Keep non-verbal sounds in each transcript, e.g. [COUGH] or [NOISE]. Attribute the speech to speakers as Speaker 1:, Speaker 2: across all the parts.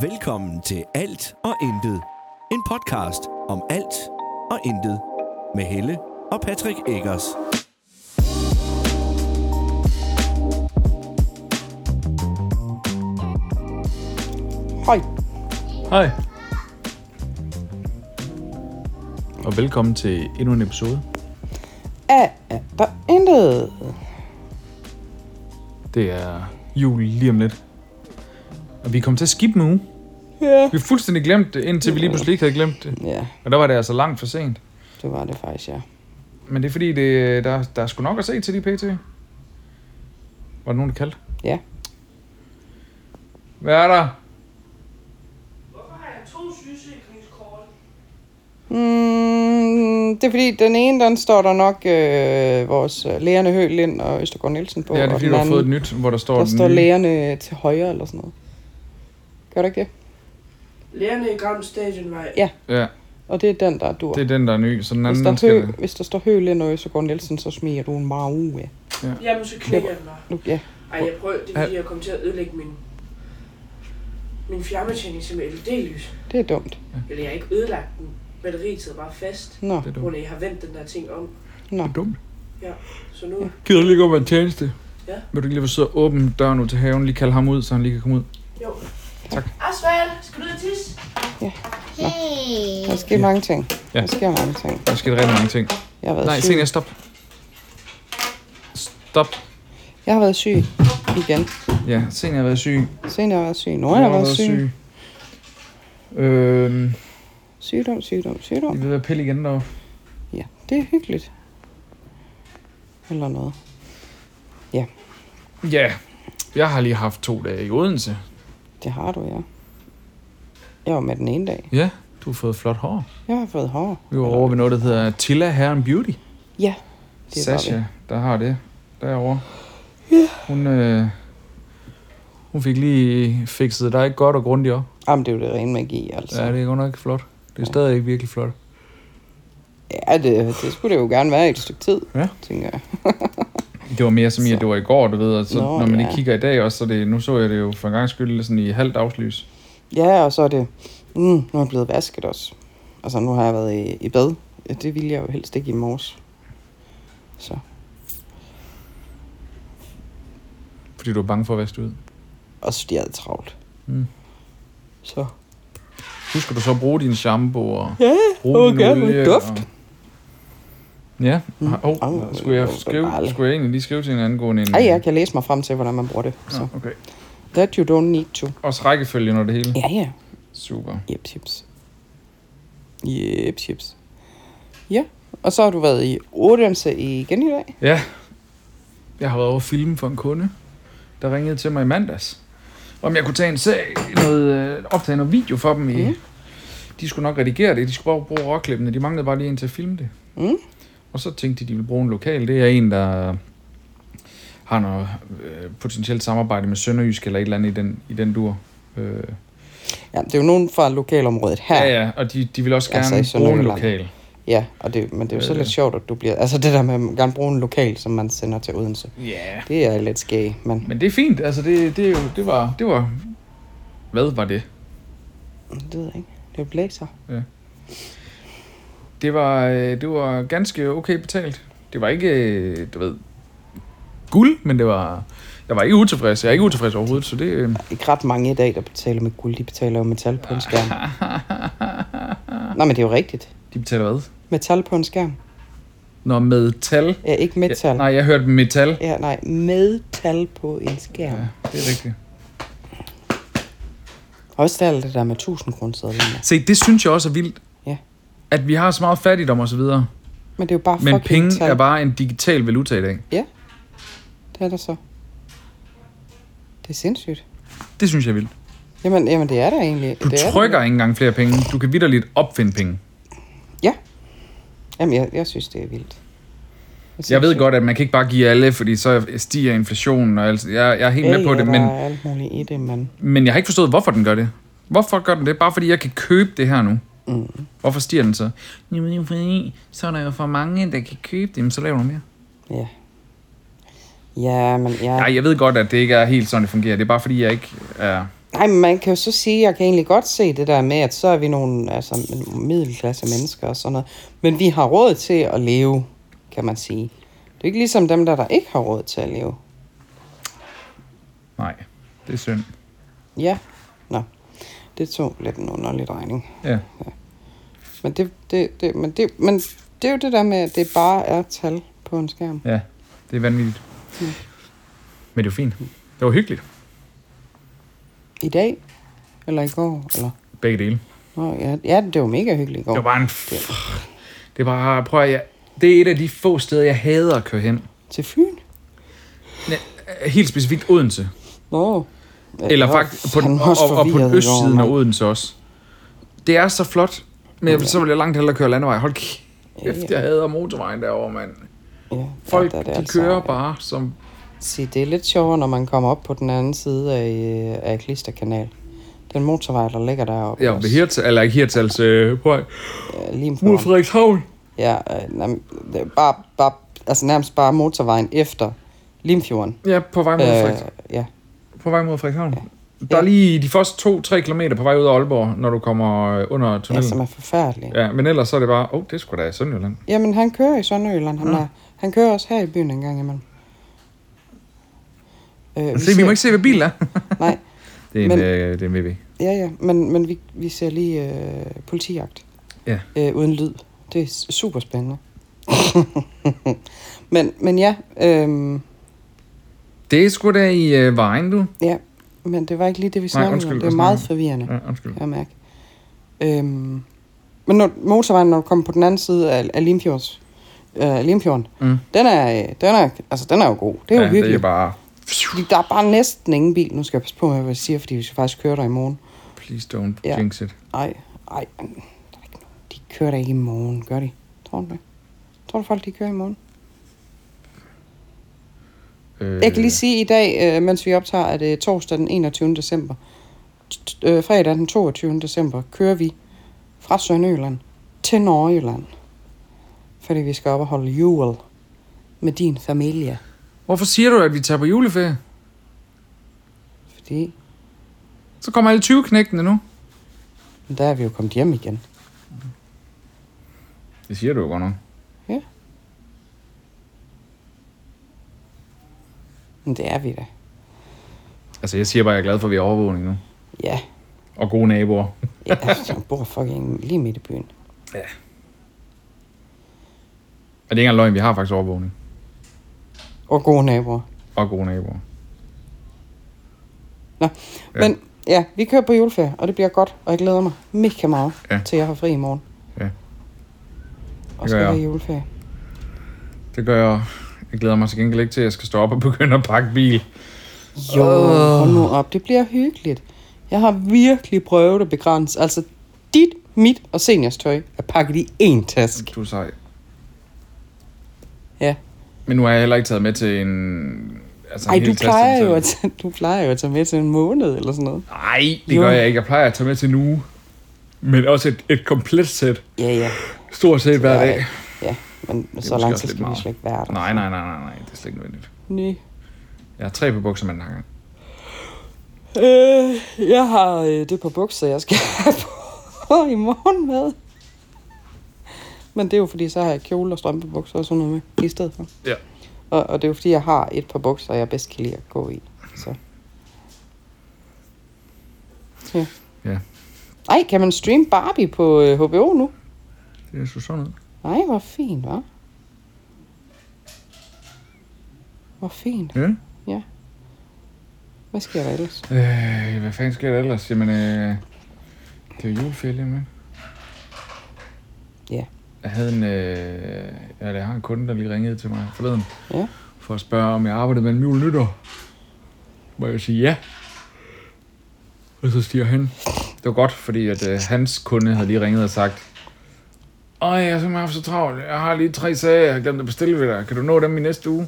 Speaker 1: Velkommen til Alt og Intet. En podcast om alt og intet. Med Helle og Patrick Eggers.
Speaker 2: Hej.
Speaker 3: Hej. Og velkommen til endnu en episode.
Speaker 2: Af alt og intet.
Speaker 3: Det er jul lige om lidt. Og vi kom til at skippe en uge.
Speaker 2: Ja.
Speaker 3: Vi fuldstændig glemt det, indtil vi lige pludselig ikke havde glemt det.
Speaker 2: Ja,
Speaker 3: Og der var det altså langt for sent.
Speaker 2: det var det faktisk, ja.
Speaker 3: Men det er fordi, det, der, der er sgu nok at se til de pt. Var der nogen, der kaldte?
Speaker 2: Ja.
Speaker 3: Hvad er der?
Speaker 4: Hvorfor har jeg to sygesikringskort?
Speaker 2: Mm, det er fordi, den ene, den står der nok øh, vores øh, lærerne Høgh Lind og Østergaard Nielsen på.
Speaker 3: Ja, det er
Speaker 2: og
Speaker 3: fordi,
Speaker 2: den
Speaker 3: du har
Speaker 2: anden,
Speaker 3: fået et nyt, hvor der står
Speaker 2: Der
Speaker 3: den
Speaker 2: står
Speaker 3: nye.
Speaker 2: lærerne til højre eller sådan noget. Gør det ikke det?
Speaker 4: Lærerne i Gram Stadionvej.
Speaker 2: Ja.
Speaker 3: Ja,
Speaker 2: Og det er den, der dur.
Speaker 3: det er den, der er ny. Så den
Speaker 2: hvis,
Speaker 3: anden,
Speaker 2: der
Speaker 3: den skal...
Speaker 2: hø, hvis der står Høgh Lind og Østergaard Nielsen, så smiger du en maru af.
Speaker 4: Jamen, så knækker jeg mig.
Speaker 2: Nu- Ja.
Speaker 4: Ej, jeg prøver, det er fordi, jeg kom til at ødelægge min, min fjernbetjening som LED-lys.
Speaker 2: Det er dumt.
Speaker 4: Eller jeg har ikke ødelagt den. Batteriet sidder bare fast.
Speaker 2: Nå,
Speaker 3: Det er
Speaker 4: Hvor
Speaker 3: dumt.
Speaker 4: jeg har vendt den der ting om.
Speaker 2: nå.
Speaker 3: Det er dumt.
Speaker 4: Så nu,
Speaker 3: Gider du lige gå på en tjeneste?
Speaker 4: Ja.
Speaker 3: Vil du ikke lige være sød og åbne døren ud til haven, lige kalde ham ud, så han lige kan komme ud?
Speaker 4: jo.
Speaker 3: Tak.
Speaker 4: Asvald, skal du ud og tisse?
Speaker 2: Der sker mange ting.
Speaker 3: Ja.
Speaker 2: Der sker mange ting.
Speaker 3: Der skete rigtig mange ting.
Speaker 2: Jeg har været
Speaker 3: Nej,
Speaker 2: syg.
Speaker 3: Senja, stop. Stop.
Speaker 2: Jeg har været syg igen.
Speaker 3: Ja, Senja har været syg.
Speaker 2: Senere har jeg været syg. Nu har jeg været syg.
Speaker 3: Øhm,
Speaker 2: Sygdom, sygdom, sygdom.
Speaker 3: vi ved at pille igen derovre.
Speaker 2: Ja, det er hyggeligt. Eller noget.
Speaker 3: Ja, jeg har lige haft to dage i Odense.
Speaker 2: Det har du, ja. Jeg var med den ene dag.
Speaker 3: Ja, du har fået flot hår.
Speaker 2: Jeg har fået hår.
Speaker 3: Vi var over ved noget, der hedder Tilla Hair and Beauty.
Speaker 2: Ja, det var
Speaker 3: Sasha,
Speaker 2: vi.
Speaker 3: der har det derovre. Ja. Hun, øh, hun fik lige fikset dig godt og grundigt op.
Speaker 2: Jamen, det er jo det rene magi, altså.
Speaker 3: Ja, det er godt nok flot. Det er stadig virkelig flot.
Speaker 2: Ja, det, det skulle det jo gerne være i et stykke tid,
Speaker 3: Ja.
Speaker 2: tænker jeg.
Speaker 3: Det var mere som i, at det var i går, du ved, og så
Speaker 2: Nå,
Speaker 3: Nå, når man lige
Speaker 2: ja.
Speaker 3: kigger i dag også, så det, nu så jeg det jo for en gang skyld sådan i halvt dagslys.
Speaker 2: Ja, og så er det... Mm, nu er jeg blevet vasket også. Altså, nu har jeg været i, i bad. Det ville jeg jo helst ikke i morges. Så.
Speaker 3: Fordi du var bange for at vaske det ud.
Speaker 2: Også fordi jeg havde travlt.
Speaker 3: Mm.
Speaker 2: Så.
Speaker 3: Husker du så at bruge din shampoo og
Speaker 2: Ja,
Speaker 3: bruge
Speaker 2: og
Speaker 3: din
Speaker 2: gerne med
Speaker 3: olie
Speaker 2: duft.
Speaker 3: Og... Ja,
Speaker 2: Mm.
Speaker 3: åh, oh,
Speaker 2: Au,
Speaker 3: skulle, jeg
Speaker 2: det var
Speaker 3: skrive,
Speaker 2: dejligt.
Speaker 3: skulle jeg egentlig lige skrive til en angående en...
Speaker 2: Ej, jeg kan læse mig frem til, hvordan man bruger det. Så.
Speaker 3: Nå, okay.
Speaker 2: That you don't need to.
Speaker 3: Også rækkefølgen og det hele.
Speaker 2: Ja, ja.
Speaker 3: Super.
Speaker 2: Jep, chips. Jep, chips. Ja, og så har du været i Odense igen i dag.
Speaker 3: Ja, jeg har været over at filme for en kunde, der ringede til mig i mandags, om jeg kunne tage en sag, noget, øh, optage noget video for dem. I,
Speaker 2: Mhm.
Speaker 3: De skulle nok redigere det, de skulle bare bruge råklippene, de manglede bare lige en til at filme det.
Speaker 2: Mhm.
Speaker 3: Og så tænkte de, de ville bruge en lokal. Det er en, der øh, har noget øh, potentielt samarbejde med Sønderjysk eller et eller andet i den, i den dur. Øh,
Speaker 2: Ja, det er jo nogen fra lokalområdet her.
Speaker 3: ja, ja, og de, de vil også
Speaker 2: Altså
Speaker 3: gerne
Speaker 2: i
Speaker 3: bruge en
Speaker 2: Sønderjylland.
Speaker 3: lokal.
Speaker 2: ja og det, men det er jo så
Speaker 3: Øh.
Speaker 2: lidt sjovt, at du bliver... Altså det der med at gerne bruge en lokal, som man sender til Odense.
Speaker 3: Ja. Yeah.
Speaker 2: Det er lidt skæg, men
Speaker 3: Men det er fint, altså det, det, er jo, det, var, det var... Hvad var det?
Speaker 2: det ved jeg ikke. Det blæser.
Speaker 3: Det var, øh, det var ganske okay betalt. Det var ikke, øh, du ved, guld, men det var... Jeg var ikke utilfreds. Jeg er ikke utilfreds overhovedet, så det...
Speaker 2: [LAUGHS]
Speaker 3: øh,
Speaker 2: Ikke ret mange i dag, der betaler med guld. De betaler jo metal på en skærm. Nej, men det er jo rigtigt.
Speaker 3: De betaler hvad?
Speaker 2: Metal på en skærm.
Speaker 3: Nå, metal.
Speaker 2: Ja, ikke metal.
Speaker 3: Ja, nej, jeg hørte metal.
Speaker 2: Ja, nej. Metal på en skærm.
Speaker 3: Ja, det er rigtigt.
Speaker 2: Også der er det der med 1000 kroner sædler.
Speaker 3: Se, det synes jeg også er vildt.
Speaker 2: Ja.
Speaker 3: At vi har så meget fattigdom og så videre.
Speaker 2: Men det er jo bare
Speaker 3: Men
Speaker 2: fucking
Speaker 3: penge
Speaker 2: tal.
Speaker 3: er bare en digital valuta i dag.
Speaker 2: Det er der så. Det er sindssygt.
Speaker 3: Det synes jeg er vildt.
Speaker 2: Jamen, jamen det er der egentlig.
Speaker 3: Du
Speaker 2: det er
Speaker 3: trykker
Speaker 2: Der.
Speaker 3: ikke engang flere penge. Du kan vidderligt opfinde penge.
Speaker 2: Jamen, jeg, jeg synes, det er vildt. Det er
Speaker 3: Jeg ved
Speaker 2: sindssygt.
Speaker 3: godt, at man kan ikke bare give alle, fordi så stiger inflationen. Og alt. Jeg, jeg er helt
Speaker 2: Ja,
Speaker 3: med på
Speaker 2: ja,
Speaker 3: det,
Speaker 2: der
Speaker 3: men...
Speaker 2: er alt muligt i det, men...
Speaker 3: Men jeg har ikke forstået, hvorfor den gør det. Hvorfor gør den det? Bare fordi jeg kan købe det her nu. Mm. Hvorfor stiger den så? Jamen, det er jo fordi, så er der jo for mange, der kan købe det. Jamen, så laver du mere.
Speaker 2: Ja. Ja, men ja.
Speaker 3: Nej, jeg ved godt, at det ikke er helt sådan, det fungerer. Det er bare fordi, jeg ikke er
Speaker 2: Nej, men man kan jo så sige, jeg kan egentlig godt se det der med, at så er vi nogle altså, middelklasse mennesker og sådan noget. Men vi har råd til at leve, kan man sige. Det er ikke ligesom dem, der, der ikke har råd til at leve.
Speaker 3: Nej, det er synd.
Speaker 2: Ja, nå. Det tog lidt en underlig regning.
Speaker 3: Ja.
Speaker 2: Men det, det, det, men, det, men det er jo det der med, at det bare er tal på en skærm.
Speaker 3: Ja, det er vanvittigt. Men det var fint. Det var hyggeligt.
Speaker 2: I dag, eller i går, eller...
Speaker 3: Begge dele.
Speaker 2: Nå, ja, ja, det var mega hyggeligt i går.
Speaker 3: Det var bare en... f- Det var bare... Prøv at... Jeg, det er et af de få steder, jeg hader at køre hen.
Speaker 2: Til Fyn?
Speaker 3: Øh, Helt specifikt Odense.
Speaker 2: Nå.
Speaker 3: Eller
Speaker 2: Ja,
Speaker 3: faktisk på den,
Speaker 2: fandme
Speaker 3: og,
Speaker 2: også
Speaker 3: og, og på den
Speaker 2: forvirret i går,
Speaker 3: østsiden af
Speaker 2: mand.
Speaker 3: Odense også. Det er så flot. Men jeg, så vil jeg langt hellere køre landevej. Hold kæft, jeg hader motorvejen derovre, mand.
Speaker 2: Ja,
Speaker 3: Folk,
Speaker 2: der er det
Speaker 3: de
Speaker 2: altså-
Speaker 3: kører bare som...
Speaker 2: Se, det er lidt sjovere, når man kommer op på den anden side af, øh, af Klisterkanal. Den motorvej, der ligger deroppe.
Speaker 3: Ja, ved Hirtals... Eller ikke Hirtals... Øh, på vej.
Speaker 2: Ja, lige
Speaker 3: Mod
Speaker 2: foran.
Speaker 3: Frederikshavn.
Speaker 2: Ja, øh, nem, det er bare, bare, altså nærmest bare motorvejen efter Limfjorden.
Speaker 3: Ja, på vej mod Frederikshavn.
Speaker 2: Øh, ja,
Speaker 3: På vej mod Frederikshavn. Der er
Speaker 2: Ja.
Speaker 3: lige de første 2-3 km på vej ud af Aalborg, når du kommer øh, under
Speaker 2: ja,
Speaker 3: tunnelen.
Speaker 2: som er forfærdelig.
Speaker 3: Ja, men ellers så er det bare, åh, oh, det er sgu da i Sønderjylland.
Speaker 2: Jamen, han kører i Sønderjylland. Han, ja. han kører også her i byen en gang imellem. Øh,
Speaker 3: Se, vi må ikke se, hvad bil er.
Speaker 2: Nej,
Speaker 3: Det er en,
Speaker 2: Men-
Speaker 3: øh, det er en VW.
Speaker 2: ja, ja, men, men vi, vi ser lige øh, politijagt.
Speaker 3: Ja.
Speaker 2: Øh, uden lyd. Det er super spændende. [LAUGHS] men, men ja, øh,
Speaker 3: Det er sgu da i øh, vejen, du.
Speaker 2: ja, men det var ikke lige det, vi snakkede
Speaker 3: undskyld,
Speaker 2: om. Det
Speaker 3: hvad
Speaker 2: er meget
Speaker 3: snakker
Speaker 2: forvirrende.
Speaker 3: Ja, undskyld.
Speaker 2: kan jeg mærke. Øhm, men når, motorvejen, når du kommer på den anden side af, af Limfjords, øh, Limfjorden,
Speaker 3: Mm.
Speaker 2: den, er, øh, den, er, altså, den er jo god. Det er jo
Speaker 3: ja,
Speaker 2: hyggeligt.
Speaker 3: det er bare,
Speaker 2: Fordi der er bare næsten ingen bil. Nu skal jeg passe på med, hvad jeg siger, fordi vi skal faktisk køre der i morgen.
Speaker 3: please don't
Speaker 2: Ja.
Speaker 3: jinx it.
Speaker 2: Ej, ej, der er ikke nogen. De kører der ikke i morgen, gør de? Tror du det? Tror du folk, de kører i morgen?
Speaker 3: Øh,
Speaker 2: Jeg kan lige sige i dag, øh, mens vi optager, at øh, torsdag den 21. december, t- t- øh, fredag den 22. december, kører vi fra Sønderjylland til Norgeland. Fordi vi skal op og holde jul med din familie.
Speaker 3: Hvorfor siger du, at vi tager på juleferie?
Speaker 2: Fordi
Speaker 3: Så kommer alle 20 knægtene nu.
Speaker 2: der er vi jo kommet hjem igen.
Speaker 3: Det siger du jo godt nok.
Speaker 2: Men det er vi da.
Speaker 3: Altså, jeg siger bare, at jeg er glad for, at vi har overvågning nu.
Speaker 2: Ja,
Speaker 3: Og gode naboer.
Speaker 2: ja altså, jeg bor fucking lige midt i byen.
Speaker 3: Og det er ikke engang løgn, vi har faktisk overvågning.
Speaker 2: Og gode naboer.
Speaker 3: Og gode naboer.
Speaker 2: Nå,
Speaker 3: Ja.
Speaker 2: ja. men ja, vi kører på juleferie, og det bliver godt, og jeg glæder mig mega meget
Speaker 3: Ja.
Speaker 2: ja. til, jeg har fri i morgen.
Speaker 3: Ja.
Speaker 2: Og skal
Speaker 3: jeg.
Speaker 2: være juleferie.
Speaker 3: Det gør jeg. Jeg glæder mig til gengæld ikke til, at jeg skal stå op og begynde at pakke bil.
Speaker 2: Jo, hold nu op. Det bliver hyggeligt. Jeg har virkelig prøvet at begrænse. Altså, dit, mit og seniors tøj er pakket i én taske.
Speaker 3: Du er sej.
Speaker 2: Ja.
Speaker 3: Men nu har jeg heller ikke taget med til en... Altså, en
Speaker 2: Ej,
Speaker 3: hel
Speaker 2: du
Speaker 3: taske
Speaker 2: plejer,
Speaker 3: til.
Speaker 2: jo at tage, du plejer jo at tage med til en måned eller sådan noget.
Speaker 3: Nej, det
Speaker 2: Jo.
Speaker 3: gør jeg ikke. Jeg plejer at tage med til en uge. Men også et, et komplet sæt.
Speaker 2: Ja, ja.
Speaker 3: Stort set hver
Speaker 2: Ja,
Speaker 3: dag.
Speaker 2: Ja, men så
Speaker 3: måske
Speaker 2: lang
Speaker 3: også
Speaker 2: tid
Speaker 3: lidt
Speaker 2: skal vi
Speaker 3: meget.
Speaker 2: slet ikke være der.
Speaker 3: Nej, nej, nej, nej, nej. Det er slet ikke nødvendigt.
Speaker 2: Nej.
Speaker 3: Jeg har tre på bukser med den her gang.
Speaker 2: Øh, jeg har øh, det på bukser, jeg skal [LAUGHS] have på i morgen med. Men det er jo fordi, så har jeg kjole og strømpebukser og sådan noget med i stedet for.
Speaker 3: Ja.
Speaker 2: Og, og det er jo fordi, jeg har et par bukser, jeg bedst kan lide at gå i. Så. Ja.
Speaker 3: Ja.
Speaker 2: Ej, kan man streame Barbie på øh, HBO nu?
Speaker 3: Det er så sådan noget.
Speaker 2: Nej, hvor fint, hva'? Hvor fint.
Speaker 3: Ja.
Speaker 2: Hvad sker der ellers?
Speaker 3: Øh, hvad fanden sker der ellers? Jamen, øh, det er jo juleferie lige om lidt.
Speaker 2: Ja.
Speaker 3: Jeg havde en, øh, eller jeg har en kunde, der lige ringede til mig forleden.
Speaker 2: Ja.
Speaker 3: For at spørge, om jeg arbejdede med en jul nytår. Må jeg sige ja. Og så siger han, det var godt, fordi at øh, hans kunde havde lige ringet og sagt, Øj, jeg har simpelthen haft så travlt. Jeg har lige tre sager, jeg har glemt at bestille ved dig. Kan du nå dem i næste uge?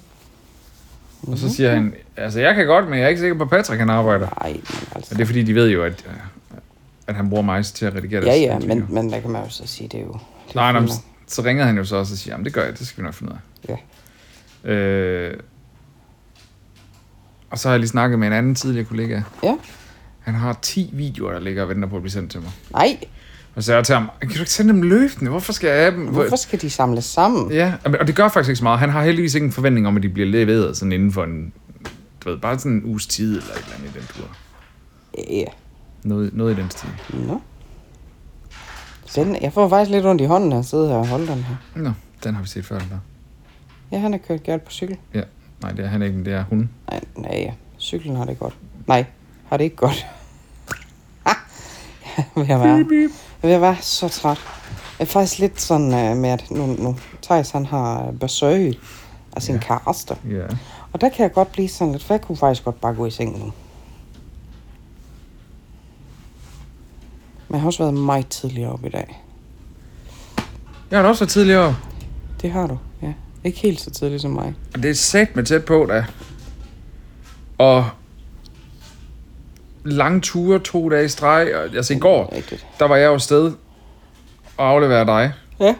Speaker 3: Og
Speaker 2: Mhm.
Speaker 3: så siger han, altså jeg kan godt, men jeg er ikke sikker på, at Patrick han arbejder.
Speaker 2: Nej, men altså.
Speaker 3: Men det er fordi, de ved jo, at, øh, at han bruger mig til at redigere
Speaker 2: Ja,
Speaker 3: deres
Speaker 2: ja,
Speaker 3: videoer.
Speaker 2: men, men der kan man jo så sige, det er jo... Det er
Speaker 3: Nej,
Speaker 2: jo
Speaker 3: nej, men
Speaker 2: fint nok.
Speaker 3: så ringer han jo så også og siger, jamen det gør jeg, det skal vi nok finde ud af. Ja. Øh, og så har jeg lige snakket med en anden tidligere kollega,
Speaker 2: Ja.
Speaker 3: Han har 10 videoer, der ligger og venter på at blive sendt til mig.
Speaker 2: Nej,
Speaker 3: Og så sagde jeg til ham, kan du ikke sende dem løbende? Hvorfor skal jeg have dem?
Speaker 2: hvorfor skal de samles sammen?
Speaker 3: Ja, og det gør faktisk ikke så meget. Han har heldigvis ikke en forventning om, at de bliver leveret sådan inden for en, du ved, bare sådan en uges tid eller et eller andet i den tur.
Speaker 2: Ja,
Speaker 3: Noget, noget i den stil.
Speaker 2: nå. Den, jeg får faktisk lidt ondt i hånden af at sidde her og holde den her.
Speaker 3: Nå, den har vi set før, den der.
Speaker 2: Ja, han har kørt galt på cykel.
Speaker 3: Ja, nej, det er han ikke, men det er hun.
Speaker 2: Nej, nej, ja. Cyklen har det godt. Nej, har det ikke godt. [LAUGHS] Ah, jeg var, jeg var så træt. Jeg er faktisk lidt sådan uh, med, at nu, nu Thijs, han har øh, besøg af sin ja. kæreste.
Speaker 3: Ja.
Speaker 2: Og der kan jeg godt blive sådan lidt, for jeg kunne faktisk godt bare gå i seng nu. Men jeg har også været meget tidligere op i dag.
Speaker 3: Jeg har da også været tidligere.
Speaker 2: Det har du, ja. Ikke helt så tidligt som mig.
Speaker 3: Og det er sat med tæt på, da. Og lange ture, to dage i streg. Og, altså i går,
Speaker 2: Rigtigt.
Speaker 3: der var jeg jo afsted og afleverede dig.
Speaker 2: Ja.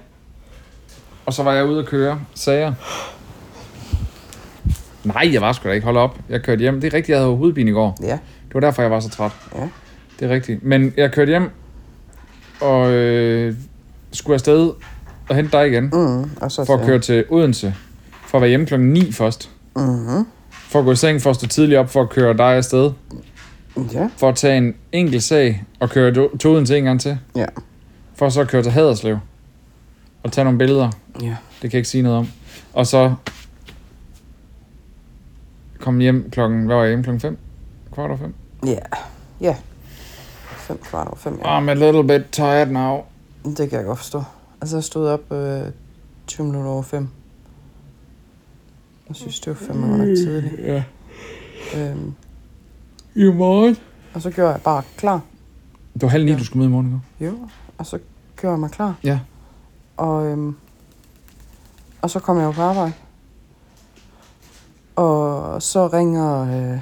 Speaker 3: Og så var jeg ude at køre, sagde jeg. Nej, jeg var sgu da ikke. Hold op. Jeg kørte hjem. Det er rigtigt, jeg havde hovedpine i går.
Speaker 2: Ja.
Speaker 3: Det var derfor, jeg var så træt.
Speaker 2: Ja.
Speaker 3: Det er rigtigt. Men jeg kørte hjem og øh, skulle afsted og hente dig igen.
Speaker 2: Mm, og så
Speaker 3: For at køre til Odense. For at være hjemme klokken 9 først. Mhm.
Speaker 2: Mm-hmm.
Speaker 3: For at gå i seng, for at stå tidligt op, for at køre dig afsted.
Speaker 2: Ja.
Speaker 3: For at tage en enkelt sag og køre do- til Odense en gang til.
Speaker 2: Ja.
Speaker 3: For så at køre til Haderslev. Og tage nogle billeder.
Speaker 2: Ja.
Speaker 3: Det kan jeg ikke sige noget om. Og så kom hjem klokken, hvad var jeg hjemme klokken 5? Kvart over 5?
Speaker 2: Ja. Ja. Fem kvart over fem, ja.
Speaker 3: Ah, I'm a little bit tired now.
Speaker 2: Det kan jeg godt forstå. Altså, jeg stod op øh, 20 minutter over fem. Jeg synes, det var fem minutter nok tidligt.
Speaker 3: Ja.
Speaker 2: Øhm,
Speaker 3: I morgen?
Speaker 2: og så gjorde jeg bare klar.
Speaker 3: Det var halv ni, du skulle med i morgen, ikke?
Speaker 2: Jo, og så gjorde jeg mig klar.
Speaker 3: Ja.
Speaker 2: Og, øhm, og så kom jeg jo på arbejde. Og så ringer øh,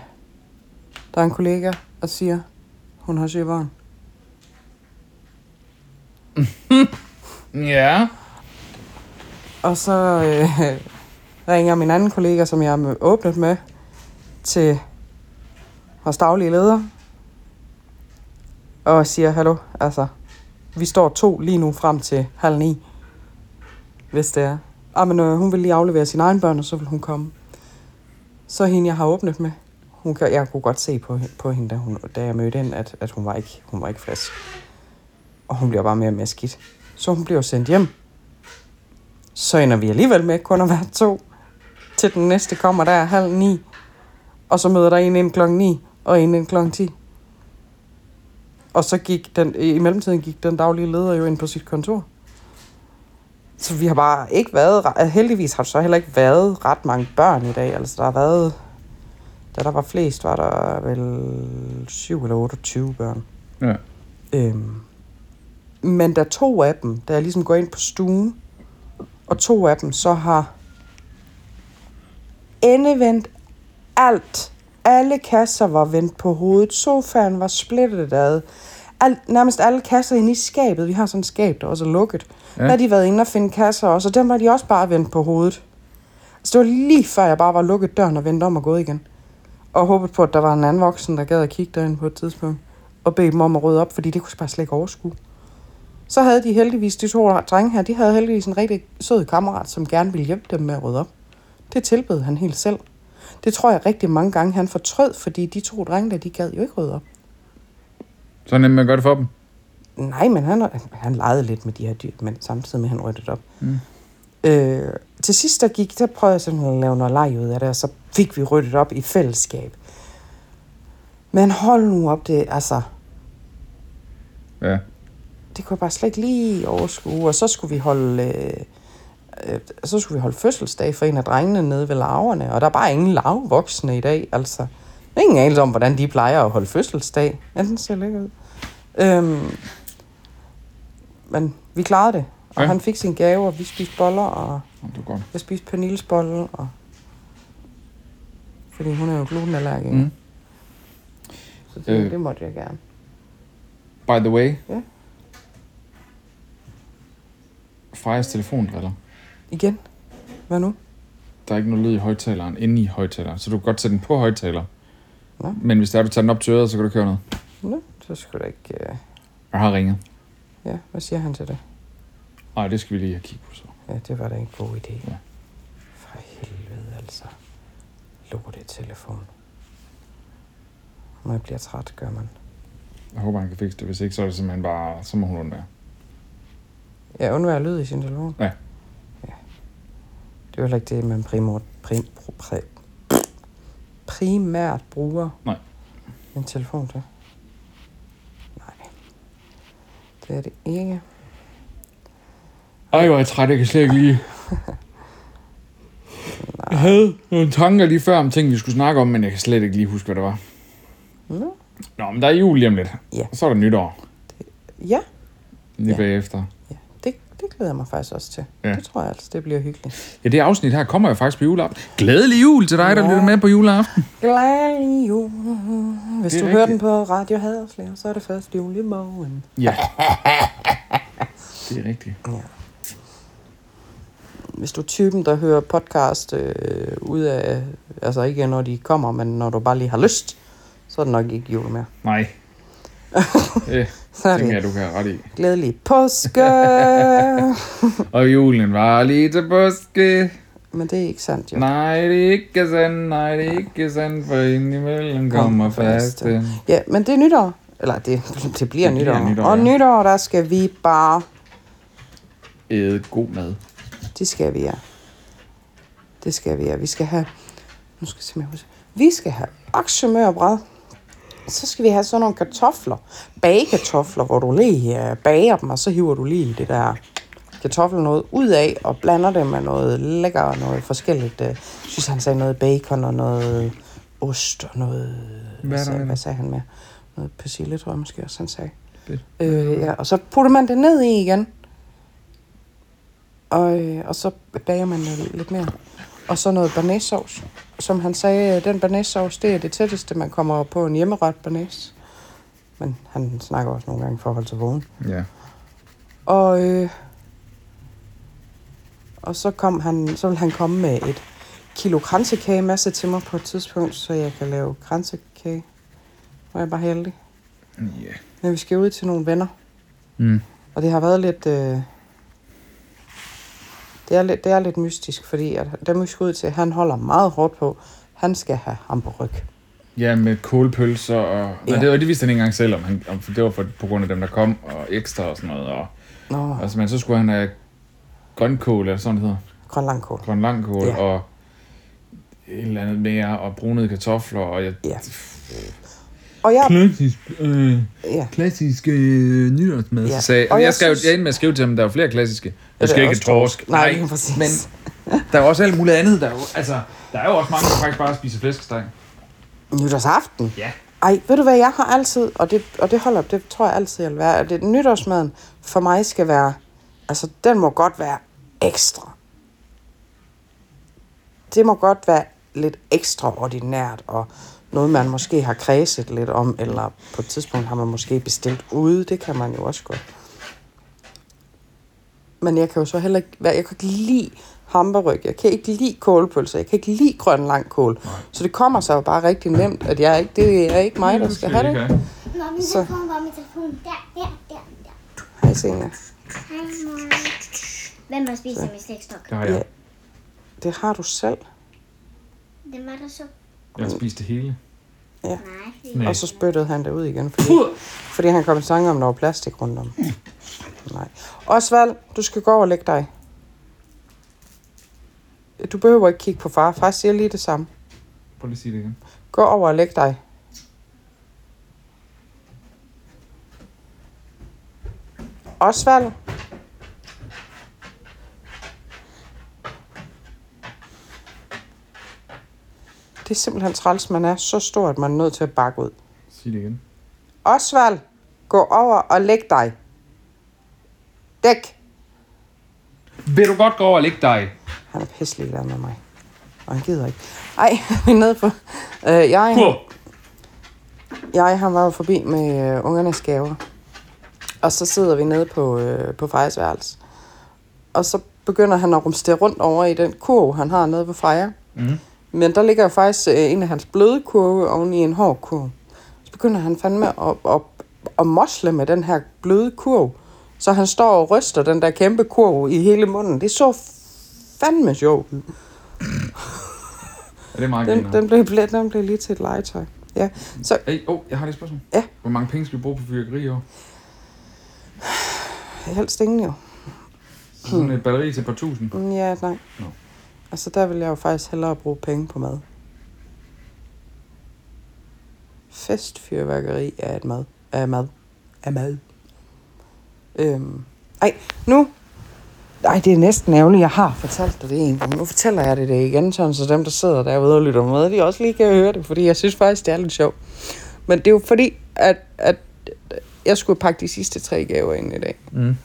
Speaker 2: der er en kollega og siger, hun har syge barn.
Speaker 3: Ja.
Speaker 2: Og så øh, [LAUGHS] ringer min anden kollega, som jeg har åbnet med, til vores daglige leder. Og siger, hallo, altså, vi står to lige nu frem til halv ni, hvis det er. Ah, men øh, hun vil lige aflevere sine egne børn, og så vil hun komme. Så hende, jeg har åbnet med, hun kan, jeg kunne godt se på, på hende, da, hun, da jeg mødte hende, at, at hun, var ikke, hun var ikke frisk. Og hun bliver bare mere og mere skidt. Så hun bliver sendt hjem. Så ender vi alligevel med kun at være to. Til den næste kommer der er halv ni. Og så møder der en ind klokken ni, og en ind klokken ti. Og så gik den, i mellemtiden gik den daglige leder jo ind på sit kontor. Så vi har bare ikke været, re- altså, heldigvis har der så heller ikke været ret mange børn i dag. Altså der har været, da der var flest, var der vel 7 eller 28 børn.
Speaker 3: Ja.
Speaker 2: Øhm. Men der er to af dem, der ligesom går ind på stuen, og to af dem så har endevendt alt. Alle kasser var vendt på hovedet. Sofaen var splittet ad. Alt, nærmest alle kasser inde i skabet. Vi har sådan et skab, der også er lukket. Ja.
Speaker 3: Ja.
Speaker 2: Der har de været inde og finde kasser også, og dem var de også bare vendt på hovedet. Så det var lige før, jeg bare var lukket døren og vendt om og gået igen. Og håbet på, at der var en anden voksen, der gad at kigge derinde på et tidspunkt. Og bede dem om at rydde op, fordi det kunne jeg bare slet ikke overskue. Så havde de heldigvis, de to drenge her, de havde heldigvis en rigtig sød kammerat, som gerne ville hjælpe dem med at rydde op. Det tilbød han helt selv. Det tror jeg rigtig mange gange, han fortrød, fordi de to drenge der, de gad jo ikke rydde op.
Speaker 3: Så nemt man gør det for dem.
Speaker 2: Nej, men han, han legede lidt med de her dyr, men samtidig med, at han ryddede op. Mm. Øh, til sidst, der gik, der prøvede jeg sådan at lave noget leg ud af det, og så fik vi ryddet op i fællesskab. Men hold nu op, det, altså,
Speaker 3: Ja.
Speaker 2: det kunne jeg bare slet ikke lige overskue. Og så skulle vi holde, øh, øh, så skulle vi holde fødselsdag for en af drengene nede ved laverne. Og der er bare ingen lav voksne i dag, altså. Ingen anelse om, hvordan de plejer at holde fødselsdag. Ja, den ser lækker ud. Øhm, men vi klarede det. Og
Speaker 3: Ja.
Speaker 2: ja. han fik sin gave, og vi spiste boller, og
Speaker 3: Åh, Det er godt.
Speaker 2: jeg spiste Pernilles bolle, og... Fordi hun er jo glutenallergiker.
Speaker 3: Mm.
Speaker 2: Mm. Så det,
Speaker 3: Øh.
Speaker 2: øh. det måtte jeg gerne.
Speaker 3: By the way.
Speaker 2: Ja.
Speaker 3: Frejas telefon driller.
Speaker 2: Igen. Hvad nu?
Speaker 3: Der er ikke noget lyd i højtaleren, inde i højtaleren, så du kan godt sætte den på højtaler.
Speaker 2: Nå.
Speaker 3: Men hvis der er, du tager den op til øret, så kan du køre noget.
Speaker 2: Nå, så skulle der ikke... Øh...
Speaker 3: Jeg har ringet.
Speaker 2: Ja, hvad siger han til det?
Speaker 3: Nej, det skal vi lige have kigget på så.
Speaker 2: Ja, det var da en god idé.
Speaker 3: Ja.
Speaker 2: For helvede altså. Lortet telefon. Når jeg bliver træt, gør man.
Speaker 3: Jeg håber, han kan fikse det. Hvis ikke, så er det simpelthen bare... Så må hun undvære.
Speaker 2: Ja, undvær lyd i sin telefon.
Speaker 3: Ja.
Speaker 2: ja. Det er jo heller ikke det, man primort, prim, pr, pr, primært bruger
Speaker 3: Nej.
Speaker 2: en telefon til. Nej. Det er det ikke.
Speaker 3: Ej, hvor er jeg træt. Jeg kan slet ikke
Speaker 2: [LAUGHS]
Speaker 3: lige... Jeg havde nogle tanker lige før om ting, vi skulle snakke om, men jeg kan slet ikke lige huske, hvad det var.
Speaker 2: Nå.
Speaker 3: Nå, men der er jul lige om lidt.
Speaker 2: Ja.
Speaker 3: Og så er der nytår
Speaker 2: Ja,
Speaker 3: lige
Speaker 2: Ja.
Speaker 3: ja. bagefter.
Speaker 2: ja. Det, det glæder jeg mig faktisk også til.
Speaker 3: Ja.
Speaker 2: Det tror jeg altså, det bliver hyggeligt.
Speaker 3: Ja, det afsnit her kommer jo faktisk på juleaften. Glædelig jul til dig, der
Speaker 2: Ja.
Speaker 3: lytter med på juleaften.
Speaker 2: Glædelig jul. Hvis
Speaker 3: Det
Speaker 2: du
Speaker 3: er
Speaker 2: hører den
Speaker 3: rigtigt.
Speaker 2: på Radio Haderslev, så er det først jul i morgen.
Speaker 3: Ja. [LAUGHS] Det er rigtigt.
Speaker 2: Ja. Hvis du er typen, der hører podcast øh, ud af, altså ikke når de kommer, men når du bare lige har lyst, så er det nok ikke jul mere.
Speaker 3: Nej. Øh, Det
Speaker 2: Så er
Speaker 3: tænker jeg,
Speaker 2: det
Speaker 3: du kan have ret i.
Speaker 2: glædelig
Speaker 3: [LAUGHS]
Speaker 2: påske.
Speaker 3: Og julen var lige til påske.
Speaker 2: men det er ikke sandt, jo.
Speaker 3: Nej, det er ikke sandt. Nej, det er ikke sandt, for indimellem kommer fast.
Speaker 2: Ja, men det er nytår. Eller det, det bliver
Speaker 3: Det bliver
Speaker 2: nytår.
Speaker 3: nytår,
Speaker 2: Og
Speaker 3: ja.
Speaker 2: nytår, der skal vi bare...
Speaker 3: Æde god mad.
Speaker 2: Det skal vi, ja. Det skal vi, ja. Vi skal have... Nu skal jeg simpelthen huske. Vi skal have oksemørbræd. Så skal vi have sådan nogle kartofler. Bagekartofler, hvor du lige øh, bager dem, og så hiver du lige det der kartoffel noget ud af, og blander det med noget lækker og noget forskelligt. øh, Jeg synes, han sagde noget bacon og noget ost og noget...
Speaker 3: Hvad er der
Speaker 2: sagde,
Speaker 3: med
Speaker 2: hvad
Speaker 3: det?
Speaker 2: sagde han med? Noget persille, tror jeg måske også, han sagde.
Speaker 3: Det.
Speaker 2: Øh, ja, og så putter man det ned i igen. Og, øh, og så bager man det lidt mere. Og så noget bernæssovs. Som han sagde, øh, den bernæssovs, det er det tætteste, man kommer på en hjemmeret bernæs. Men han snakker også nogle gange i forhold til vågen.
Speaker 3: Ja.
Speaker 2: Og, øh, og så, kom han, så ville han komme med et kilo kransekage masse til mig på et tidspunkt, så jeg kan lave kransekage. Hvor jeg bare heldig.
Speaker 3: Ja.
Speaker 2: Men vi skal ud til nogle venner.
Speaker 3: Mm.
Speaker 2: Og det har været lidt... Øh, det, er lidt det er lidt mystisk, fordi at dem, vi skal ud til, han holder meget hårdt på. Han skal have ham på ryg.
Speaker 3: Ja, med kålpølser og... Nej,
Speaker 2: Ja.
Speaker 3: det, var, det vidste han ikke engang selv, om, han, om for det var for, på grund af dem, der kom, og ekstra og sådan noget. Og,
Speaker 2: Nå,
Speaker 3: altså, men så skulle han have grønkål, eller sådan det hedder.
Speaker 2: grønlandkål.
Speaker 3: Grøn langkål,
Speaker 2: Ja.
Speaker 3: ja. og et eller andet mere, og brunede kartofler, og jeg...
Speaker 2: Ja. Og jeg...
Speaker 3: Klassisk, øh,
Speaker 2: Ja.
Speaker 3: klassisk øh, nytårsmad.
Speaker 2: Ja.
Speaker 3: Ja. Sagde,
Speaker 2: Og
Speaker 3: jeg,
Speaker 2: jeg
Speaker 3: jeg, skrev,
Speaker 2: synes-
Speaker 3: synes... jeg endte med at skrive til ham, der er jo flere klassiske. Jeg skal
Speaker 2: det er
Speaker 3: ikke
Speaker 2: også
Speaker 3: torsk.
Speaker 2: Nej, lige præcis.
Speaker 3: men der er jo også alt muligt andet. Der er jo, altså, der er jo også mange, der faktisk bare spiser flæskesteg.
Speaker 2: Nytårsaften.
Speaker 3: Ja.
Speaker 2: Ej, ved du hvad, jeg har altid, og det, og det holder op, det tror jeg altid, jeg vil være, at det, nytårsmaden for mig skal være, altså den må godt være ekstra. Det må godt være lidt ekstraordinært, og noget, man måske har kredset lidt om, eller på et tidspunkt har man måske bestilt ude, det kan man jo også godt. Men jeg kan jo så heller ikke, være- jeg kan ikke lide hamburg, jeg kan ikke lide kålpølser, jeg kan ikke lide grøn langkål. Så det kommer sig jo bare rigtig nemt, at jeg ikke, det er ikke mig, der skal have det.
Speaker 5: Nå, min
Speaker 2: Så.
Speaker 5: telefon var min telefon. Der, der, der, der.
Speaker 2: Hej Signe.
Speaker 5: Hej, mor. Hvem har spist min slikstok?
Speaker 3: Det har
Speaker 2: Ja.
Speaker 3: jeg.
Speaker 2: Det har du selv.
Speaker 5: Den var der så.
Speaker 3: Jeg har spist det hele.
Speaker 5: Nej, det
Speaker 3: Nej.
Speaker 2: Og så spyttede han det ud igen, fordi,
Speaker 4: Puh!
Speaker 2: fordi han kom i tanke om, der var plastik rundt om. Nej. Osvald, du skal gå over og lægge dig. Du behøver ikke kigge på far. Far siger lige det samme.
Speaker 3: Prøv lige at sige det igen.
Speaker 2: Gå over og læg dig. Osvald? Det er simpelthen træls, man er så stor, at man er nødt til at bakke ud.
Speaker 3: Sig det igen.
Speaker 2: Osvald, gå over og læg dig. Dæk!
Speaker 3: Vil du godt gå over og lægge dig?
Speaker 2: Han er pisselig glad med mig. Og han gider ikke. Ej, [LAUGHS] vi er nede på... Øh, jeg...
Speaker 3: Kur!
Speaker 2: Jeg han var jo forbi med øh, ungernes gaver. Og så sidder vi nede på, øh, på Frejas værelse. Og så begynder han at rumstere rundt over i den kurv, han har nede på Freja.
Speaker 3: Mhm.
Speaker 2: Men der ligger jo faktisk øh, en af hans bløde kurve oven i en hård kurv. Så begynder han fandme at, at, at mosle med den her bløde kurv. Så han står og ryster den der kæmpe kurv i hele munden. Det så fandme sjovt. ud.
Speaker 3: Er det meget
Speaker 2: Den, den, blev, ble- den blev lige til et legetøj. Ja. Så
Speaker 3: Hey, oh, jeg har lige et spørgsmål.
Speaker 2: Ja.
Speaker 3: Hvor mange penge skal vi bruge på fyrkeri i år?
Speaker 2: helst ingen jo.
Speaker 3: Så
Speaker 2: Hmm.
Speaker 3: Sådan et batteri til et par tusind.
Speaker 2: Mm, Ja, nej.
Speaker 3: Nå.
Speaker 2: Altså, der vil jeg jo faktisk hellere bruge penge på mad. Festfyrværkeri er et mad. Er mad. Er mad. Øhm. Ej, nu... Ej, det er næsten ærgerligt, jeg har fortalt dig det en gang. Nu fortæller jeg det, det igen, sådan, så dem, der sidder derude og lytter med, de også lige kan høre det, fordi jeg synes faktisk, det er lidt sjovt. Men det er jo fordi, at, at jeg skulle pakke de sidste tre gaver ind i dag.
Speaker 3: Mm.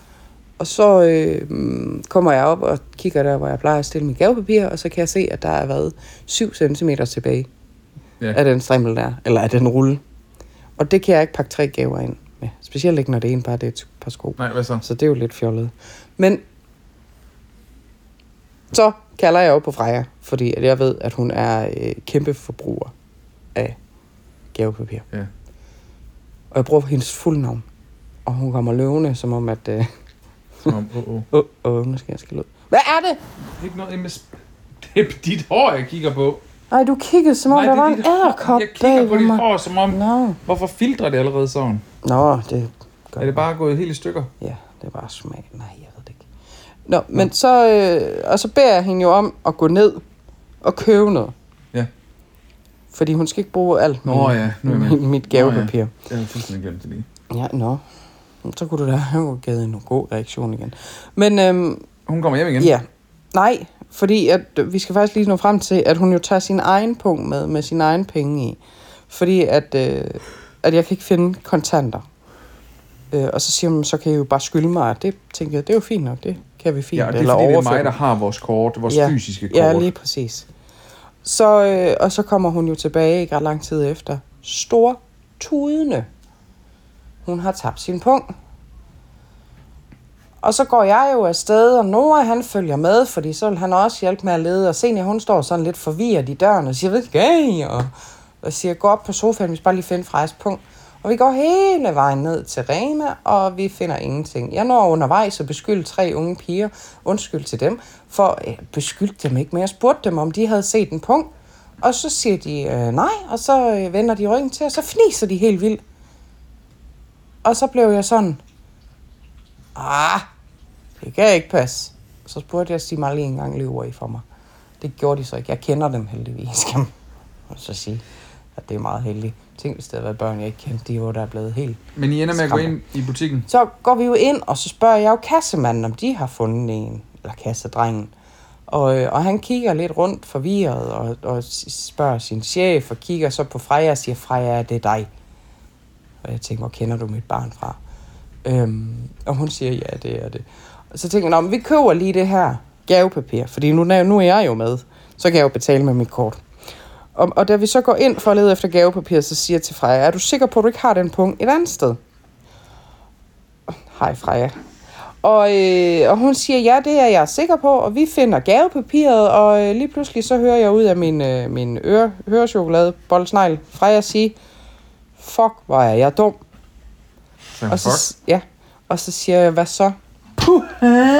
Speaker 2: Og så øh, mm, kommer jeg op og kigger der, hvor jeg plejer at stille mit gavepapir, og så kan jeg se, at der er været 7 cm tilbage
Speaker 3: Ja.
Speaker 2: af den strimmel der, eller af den rulle. Og det kan jeg ikke pakke tre gaver ind med. Specielt ikke, når det ene bare det er et par sko.
Speaker 3: Nej, hvad så?
Speaker 2: Så det er jo lidt fjollet. Men så kalder jeg jo på Freja, fordi at jeg ved, at hun er øh, kæmpe forbruger af gavepapir.
Speaker 3: Ja.
Speaker 2: Og jeg bruger hendes fulde navn. Og hun kommer løvende, som om at... Øh, [LAUGHS]
Speaker 3: Som om, oh, oh.
Speaker 2: Åh, oh, oh, nu skal jeg skille ud. Hvad er det?
Speaker 3: Ikke noget med... sp- Det er dit hår, jeg kigger på.
Speaker 2: Nej, du kiggede, som om
Speaker 3: Nej,
Speaker 2: Nej, der
Speaker 3: det er
Speaker 2: var en
Speaker 3: dit hår.
Speaker 2: æderkop
Speaker 3: Jeg
Speaker 2: bag
Speaker 3: kigger på dit
Speaker 2: mig.
Speaker 3: hår, som om...
Speaker 2: Nå.
Speaker 3: Hvorfor filtrer det allerede sådan?
Speaker 2: Nå, det gør
Speaker 3: Er det bare gået helt i stykker?
Speaker 2: Ja, det er bare smag. Nej, jeg ved det ikke. Nå, men så... Øh, og så beder jeg hende jo om at gå ned og købe noget.
Speaker 3: Ja.
Speaker 2: Fordi hun skal ikke bruge alt
Speaker 3: Nå ja, nu er jeg med.
Speaker 2: mit, [LAUGHS] mit gavepapir.
Speaker 3: Nå ja, Jeg har fuldstændig glemt det lige.
Speaker 2: ja. ja, nå. Så kunne du da [LAUGHS] have givet en god reaktion igen. Men øhm,
Speaker 3: Hun kommer hjem igen?
Speaker 2: Ja. Nej, fordi at, øh, vi skal faktisk lige nå frem til, at hun jo tager sin egen punkt med, med sin egen penge i. Fordi at, øh, at jeg kan ikke finde kontanter. Øh, og så siger hun, så kan I jo bare skylde mig. Og Det tænker jeg, det er jo fint nok, det kan vi fint.
Speaker 3: Ja, og det er fordi, det er
Speaker 2: overføre
Speaker 3: mig, der har vores kort, vores
Speaker 2: Ja.
Speaker 3: fysiske kort.
Speaker 2: Ja, lige præcis. Så, øh, og så kommer hun jo tilbage ikke ret lang tid efter. Stor tudende. Hun har tabt sin punkt. Og så går jeg jo afsted, og Nora han følger med, fordi så vil han også hjælpe med at lede. Og Senior, hun står sådan lidt forvirret i døren og siger, hvad skal I?" Og, og siger, gå op på sofaen, vi skal bare lige finde Frejas punkt. Og vi går hele vejen ned til Rema, og vi finder ingenting. Jeg når undervejs at beskylde tre unge piger, undskyld til dem, for øh, beskyldte dem ikke, men jeg spurgte dem, om de havde set en punkt. Og så siger de øh, nej, og så øh, vender de ryggen til, og så fniser de helt vildt. Og så blev jeg sådan, ah, det kan ikke passe. Så spurgte jeg, sig mig lige en gang, løber I for mig? Det gjorde de så ikke. Jeg kender dem heldigvis, kan man så sige, at det er meget heldigt. Tænk, hvis det havde været børn, jeg ikke kendte, de var der blevet helt
Speaker 3: Men I ender med at gå
Speaker 2: Skam.
Speaker 3: ind i butikken?
Speaker 2: så går vi jo ind, og så spørger jeg jo kassemanden, om de har fundet en, eller kassedrengen. Og, øh, og han kigger lidt rundt forvirret og, og s- spørger sin chef og kigger så på Freja og siger, Freja, det er dig. Og jeg tænker, hvor kender du mit barn fra? Øhm, og hun siger, ja, det er det. Og så tænker jeg, "Nå, men vi køber lige det her gavepapir, fordi nu, nu er jeg jo med. Så kan jeg jo betale med mit kort. Og, og da vi så går ind for at lede efter gavepapir, så siger jeg til Freja, er du sikker på, at du ikke har den punkt et andet sted? Hej Freja. Og, øh, og hun siger, ja, det er jeg sikker på, og vi finder gavepapiret, og øh, lige pludselig så hører jeg ud af min, øh, min øre, hørechokolade, boldsnegl, Freja sige, fuck, hvor er jeg dum.
Speaker 3: Så,
Speaker 2: Og
Speaker 3: fuck.
Speaker 2: så, ja, og så siger jeg, hvad så? Puh.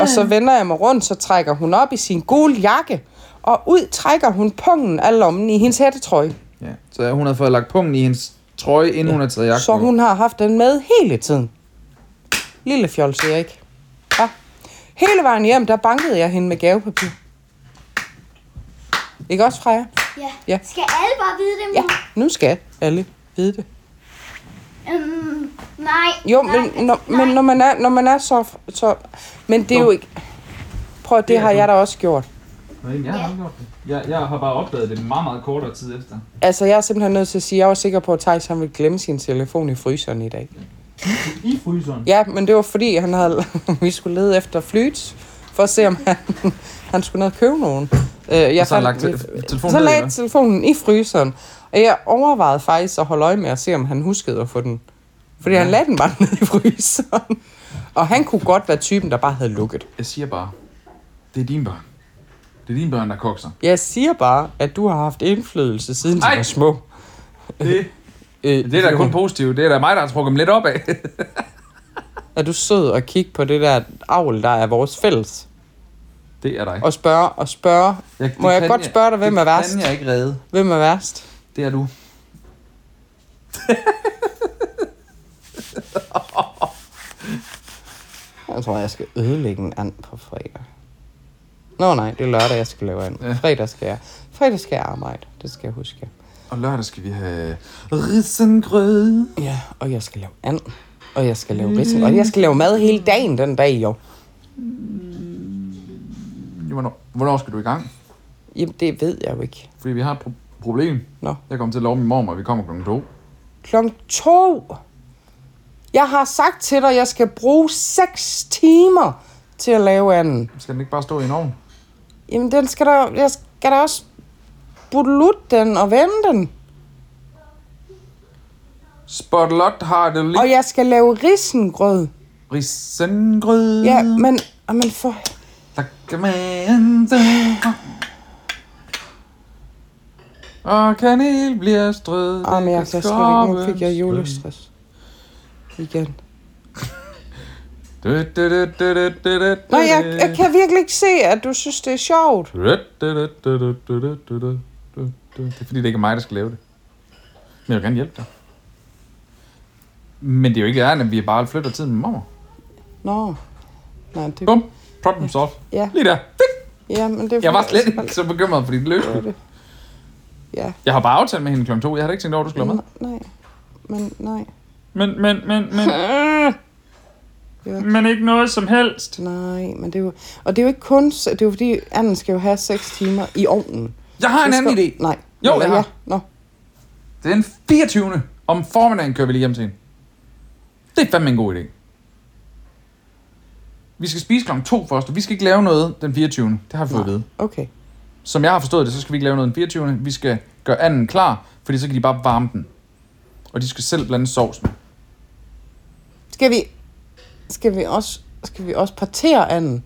Speaker 2: Og så vender jeg mig rundt, så trækker hun op i sin gule jakke, og ud trækker hun pungen af lommen i hendes hættetrøje.
Speaker 3: Ja. så hun havde fået lagt pungen i hendes trøje, inden hun havde taget jakken
Speaker 2: Så
Speaker 3: på.
Speaker 2: hun har haft den med hele tiden. Lille fjols Erik. Ja. Hele vejen hjem, der bankede jeg hende med gavepapir. Ikke også, Freja?
Speaker 5: Ja.
Speaker 2: Ja.
Speaker 5: Skal alle bare vide det,
Speaker 2: Ja,
Speaker 5: mor?
Speaker 2: nu skal alle vide det.
Speaker 5: Øhm, nej.
Speaker 2: Jo,
Speaker 5: nej,
Speaker 2: men, når, men når, man er, når man er så, så... Men det er jo ikke... Prøv at det
Speaker 3: Det er
Speaker 2: har jeg
Speaker 3: du.
Speaker 2: da også gjort.
Speaker 3: Nej, jeg har ikke gjort det. Jeg, jeg har bare opdaget det meget, meget kortere tid efter.
Speaker 2: Altså, jeg er simpelthen nødt til at sige, at jeg var sikker på, at Thijs han ville glemme sin telefon i fryseren i dag.
Speaker 3: I fryseren?
Speaker 2: Ja, men det var fordi, han havde, [LAUGHS] vi skulle lede efter flyt, for at se, om han, [LAUGHS] han skulle ned og købe nogen. Øh, jeg
Speaker 3: så har han
Speaker 2: fandt-
Speaker 3: lagt te- telefonen
Speaker 2: så
Speaker 3: ned,
Speaker 2: lagde
Speaker 3: eller?
Speaker 2: telefonen i fryseren, og jeg overvejede faktisk at holde øje med at se, om han huskede at få den. Fordi ja. han lagde den bare [LAUGHS] ned i fryseren. Og han kunne godt være typen, der bare havde lukket.
Speaker 3: Jeg siger bare, det er dine børn. Det er dine børn, der kokser.
Speaker 2: Jeg siger bare, at du har haft indflydelse siden du
Speaker 3: Ej.
Speaker 2: var små.
Speaker 3: Det
Speaker 2: Øh,
Speaker 3: Det er da kun positivt. Det er da mig, der har trukket dem lidt op af. [LAUGHS]
Speaker 2: Er du sød og kigge på det der avl, der er vores fælles?
Speaker 3: det er dig.
Speaker 2: Og spørge, og spørge,
Speaker 3: Jeg,
Speaker 2: må jeg godt spørge dig, hvem er værst?
Speaker 3: Det kan jeg ikke redde.
Speaker 2: hvem er værst?
Speaker 3: Det er du.
Speaker 2: Jeg tror, jeg skal ødelægge en and på fredag. Nå nej, det er lørdag, jeg skal lave and.
Speaker 3: Ja.
Speaker 2: Fredag skal jeg. Fredag skal jeg arbejde, det skal jeg huske.
Speaker 3: Og lørdag skal vi have risengrød.
Speaker 2: Ja, og jeg skal lave and. Og jeg skal lave rising. Og jeg skal lave mad hele dagen den dag, jo.
Speaker 3: Hvornår, hvornår skal du i gang?
Speaker 2: Jamen, det ved jeg jo ikke.
Speaker 3: Fordi vi har et pro- problem.
Speaker 2: Nå.
Speaker 3: Jeg kommer til at love min mormor, at vi kommer klokken to.
Speaker 2: Klokken to. Jeg har sagt til dig, at jeg skal bruge 6 timer til at lave anden.
Speaker 3: Skal den ikke bare stå i en ovn?
Speaker 2: Jamen, den skal der, jeg skal da også bulut den og vende den.
Speaker 3: Spotlot har det lige.
Speaker 2: Og jeg skal lave risengrød.
Speaker 3: Risengrød.
Speaker 2: Ja, men, ah, men for...
Speaker 3: Tak, men Og kanel bliver strød.
Speaker 2: Ah,
Speaker 3: det
Speaker 2: men jeg kan
Speaker 3: kan
Speaker 2: slet ikke. Nu fik jeg
Speaker 3: skorpens
Speaker 2: julestress. Igen.
Speaker 3: blod. Du, du, du, du, du, du, du,
Speaker 2: Nej, jeg,
Speaker 3: du.
Speaker 2: jeg kan virkelig ikke se, at du synes, det er sjovt.
Speaker 3: Det er fordi, det ikke er mig, der skal lave det. Men jeg vil gerne hjælpe dig. Men det er jo ikke ærende, at vi bare flytter tiden med mormor.
Speaker 2: Nå. Nej, det...
Speaker 3: Bum. Problem solved.
Speaker 2: Ja,
Speaker 3: Lige der. Fik.
Speaker 2: ja, men det er
Speaker 3: Jeg var
Speaker 2: fordi-
Speaker 3: slet ikke så bekymret for dit løb.
Speaker 2: Ja.
Speaker 3: Jeg har bare aftalt med hende kl. 2. Jeg havde ikke tænkt over, at du skulle være med.
Speaker 2: Nej, men nej.
Speaker 3: Men, men, men, men.
Speaker 2: Ja.
Speaker 3: Men ikke noget som helst.
Speaker 2: Nej, men det er jo... Og det er jo ikke kun... så- Det er jo fordi, anden skal jo have 6 timer i ovnen.
Speaker 3: Jeg har en
Speaker 2: Så
Speaker 3: anden
Speaker 2: skal-
Speaker 3: idé.
Speaker 2: Nej.
Speaker 3: Jo,
Speaker 2: Eller
Speaker 3: jeg har.
Speaker 2: ja. Nå.
Speaker 3: Den 24. om formiddagen kører vi lige hjem til hende. Det er fandme en god idé. Vi skal spise klokken 2 først, og vi skal ikke lave noget den 24. Det har vi fået at vide.
Speaker 2: Okay.
Speaker 3: Som jeg har forstået det, så skal vi ikke lave noget den 24. Vi skal gøre anden klar, fordi så kan de bare varme den. Og de skal selv blande sovsen.
Speaker 2: Skal vi... Skal vi også... Skal vi også partere anden?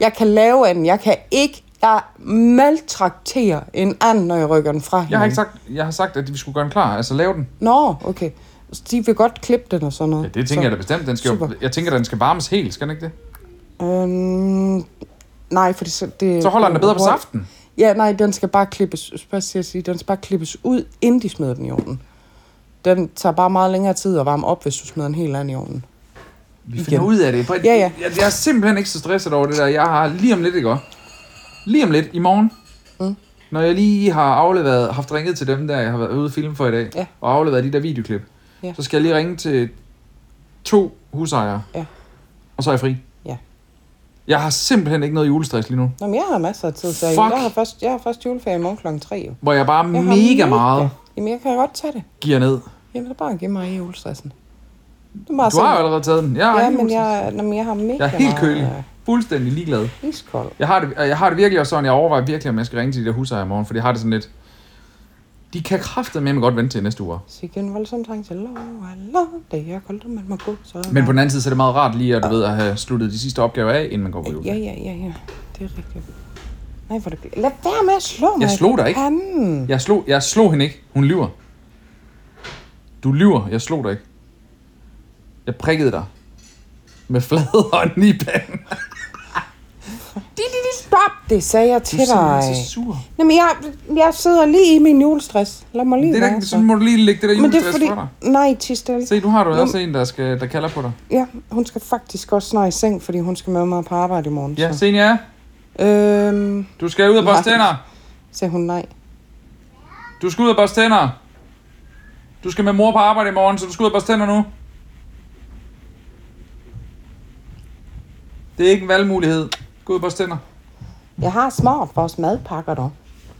Speaker 2: Jeg kan lave anden. Jeg kan ikke... Jeg maltrakterer en anden, når jeg rykker den fra hinanden.
Speaker 3: Jeg har ikke sagt, jeg har sagt at vi skulle gøre den klar, altså lave den.
Speaker 2: Nå, okay. Så De vil godt klippe den og sådan noget.
Speaker 3: Ja, det tænker jeg da bestemt. Den skal jo,
Speaker 2: Super.
Speaker 3: jeg tænker, den skal varmes helt, skal den ikke det?
Speaker 2: Øhm, nej, fordi så... Det,
Speaker 3: Så holder den da bedre på
Speaker 2: Hvor-
Speaker 3: saften.
Speaker 2: Ja, nej, den skal bare klippes, hvad skal jeg sige, den skal bare klippes ud, inden de smider den i ovnen. Den tager bare meget længere tid at varme op, hvis du smider en helt anden i ovnen.
Speaker 3: Vi finder ud af det. På,
Speaker 2: Ja, ja.
Speaker 3: Jeg, jeg er simpelthen ikke så stresset over det der. Jeg har lige om lidt, ikke også? Lige om lidt, i morgen, mm. når jeg lige har afleveret, haft ringet til dem der, jeg har været ude og filme for i dag,
Speaker 2: Ja.
Speaker 3: og afleveret de der videoklip,
Speaker 2: Ja.
Speaker 3: så skal jeg lige ringe til to husejere,
Speaker 2: Ja.
Speaker 3: og så er jeg fri.
Speaker 2: Ja.
Speaker 3: Jeg har simpelthen ikke noget julestress lige nu,
Speaker 2: Nå, men jeg har masser af tid, så jeg,
Speaker 3: Fuck.
Speaker 2: jeg, har først, jeg har først juleferie i morgen kl. 3. Jo.
Speaker 3: hvor jeg bare
Speaker 2: Jeg har
Speaker 3: mega meget
Speaker 2: Jamen, jeg kan godt tage det.
Speaker 3: giver ned.
Speaker 2: Jamen, det er bare at give mig i julestressen. Det er bare
Speaker 3: Du har jo allerede taget den. Jeg, har
Speaker 2: Ja,
Speaker 3: helt
Speaker 2: men
Speaker 3: julestress.
Speaker 2: jeg, når jeg har mega
Speaker 3: jeg er helt
Speaker 2: meget, øh,
Speaker 3: kølig. Fuldstændig ligeglad.
Speaker 2: Iskold.
Speaker 3: Jeg har, det, øh, jeg har det virkelig også sådan, jeg overvejer virkelig, om jeg skal ringe til de der husejere i morgen, for jeg har det sådan lidt... De kan kraftedeme godt vente til næste uge.
Speaker 2: Sikke en voldsom trang til lov, lov, det er koldt, og man må gå, så...
Speaker 3: Men på den anden side, så er det meget rart lige at, du ved, at have sluttet de sidste opgaver af, inden man går på jul.
Speaker 2: Ja, ja, ja, ja. Det er rigtigt. Nej, hvor er det... Lad være med at slå mig.
Speaker 3: Jeg slog dig
Speaker 2: i
Speaker 3: ikke.
Speaker 2: Panden.
Speaker 3: Jeg slog, jeg slog hende ikke. Hun lyver. Du lyver. Jeg slog dig ikke. Jeg prikkede dig. Med flad [LAUGHS] hånd i panden.
Speaker 2: Stop, det sagde jeg til
Speaker 3: Du er
Speaker 2: dig.
Speaker 3: simpelthen så sur.
Speaker 2: Jamen, jeg, jeg sidder lige i min julestress. Lad mig lige
Speaker 3: Det er da
Speaker 2: være
Speaker 3: ikke,
Speaker 2: så.
Speaker 3: så må du lige lægge det der
Speaker 2: Men det
Speaker 3: julestress
Speaker 2: er fordi...
Speaker 3: for dig.
Speaker 2: Nej, Tisdal.
Speaker 3: Se, nu har du
Speaker 2: Nå,
Speaker 3: også en, der, skal, der kalder på dig.
Speaker 2: Ja, hun skal faktisk også snart i seng, fordi hun skal med mig på arbejde i morgen.
Speaker 3: Ja,
Speaker 2: så.
Speaker 3: Senja,
Speaker 2: Øhm,
Speaker 3: du skal ud og børste
Speaker 2: Nej.
Speaker 3: tænder.
Speaker 2: sagde hun nej.
Speaker 3: Du skal ud og børste tænder. Du skal med mor på arbejde i morgen, så du skal ud og børste tænder nu. Det er ikke en valgmulighed. Gå ud og børste tænder.
Speaker 2: Jeg har smart vores madpakker dog.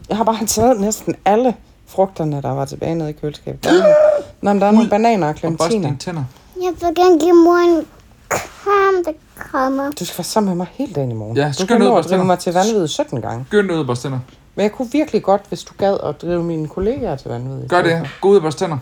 Speaker 2: Jeg har bare taget næsten alle frugterne, der var tilbage nede i køleskabet.
Speaker 3: [GASPS]
Speaker 2: Nå, men der er nogle bananer og
Speaker 3: Og børste
Speaker 2: clementiner.
Speaker 3: dine tænder.
Speaker 5: Jeg vil gerne give mor en kram, der kommer.
Speaker 2: Du skal være sammen med mig hele dagen i morgen.
Speaker 3: Ja,
Speaker 2: du
Speaker 3: skynd
Speaker 2: kan
Speaker 3: ud
Speaker 2: nå
Speaker 3: og
Speaker 2: at
Speaker 3: bestil
Speaker 2: drive
Speaker 3: dig.
Speaker 2: mig til vanvid 17 gange.
Speaker 3: Gør det ud og børste tænder.
Speaker 2: Men jeg kunne virkelig godt, hvis du gad at drive mine kollegaer til vanvid. i
Speaker 3: Gør
Speaker 2: stedet
Speaker 3: det. Gå ud og børste tænder.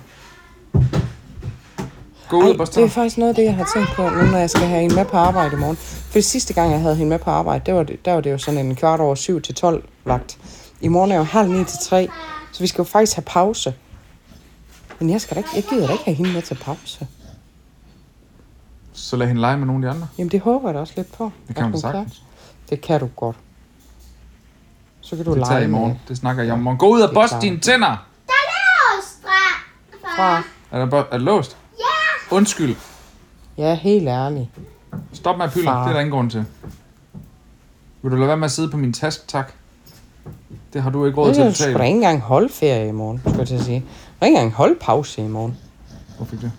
Speaker 3: Gå ud og
Speaker 2: Ej,
Speaker 3: børste
Speaker 2: det er
Speaker 3: tænder.
Speaker 2: faktisk noget af det, jeg har tænkt på, nu når jeg skal have hende med på arbejde i morgen. For sidste gang, jeg havde hende med på arbejde, det var det, der var det jo sådan en kvart over syv til 12 vagt. I morgen er jeg jo halv ni til tre, så vi skal jo faktisk have pause. Men jeg, skal da ikke, jeg gider da ikke have hende med til pause.
Speaker 3: Så lad hende lege med nogle af de andre.
Speaker 2: Jamen det håber jeg da også lidt på.
Speaker 3: Det
Speaker 2: at
Speaker 3: kan man
Speaker 2: hun
Speaker 3: sagtens.
Speaker 2: Det kan du godt. Så kan du
Speaker 3: Det tager
Speaker 2: lege
Speaker 3: i
Speaker 2: med.
Speaker 3: morgen. Det snakker jeg om i morgen. Gå ud og
Speaker 2: Det
Speaker 3: børst
Speaker 2: tager-
Speaker 3: dine tænder.
Speaker 5: Ostra!
Speaker 2: Fra,
Speaker 3: Er der, bør- er der låst? Ja. Undskyld.
Speaker 2: ja, helt ærlig.
Speaker 3: Stop med at pylde.
Speaker 2: Far.
Speaker 3: Det er der ingen grund til. Vil du lade være med at sidde på min task, tak? Det har du ikke råd
Speaker 2: Jeg
Speaker 3: til at
Speaker 2: skal sgu da
Speaker 3: betale.
Speaker 2: ikke engang holde ferie i morgen, skulle jeg til at sige. Jeg kan ikke engang holde pause i morgen.
Speaker 3: Hvor fik det?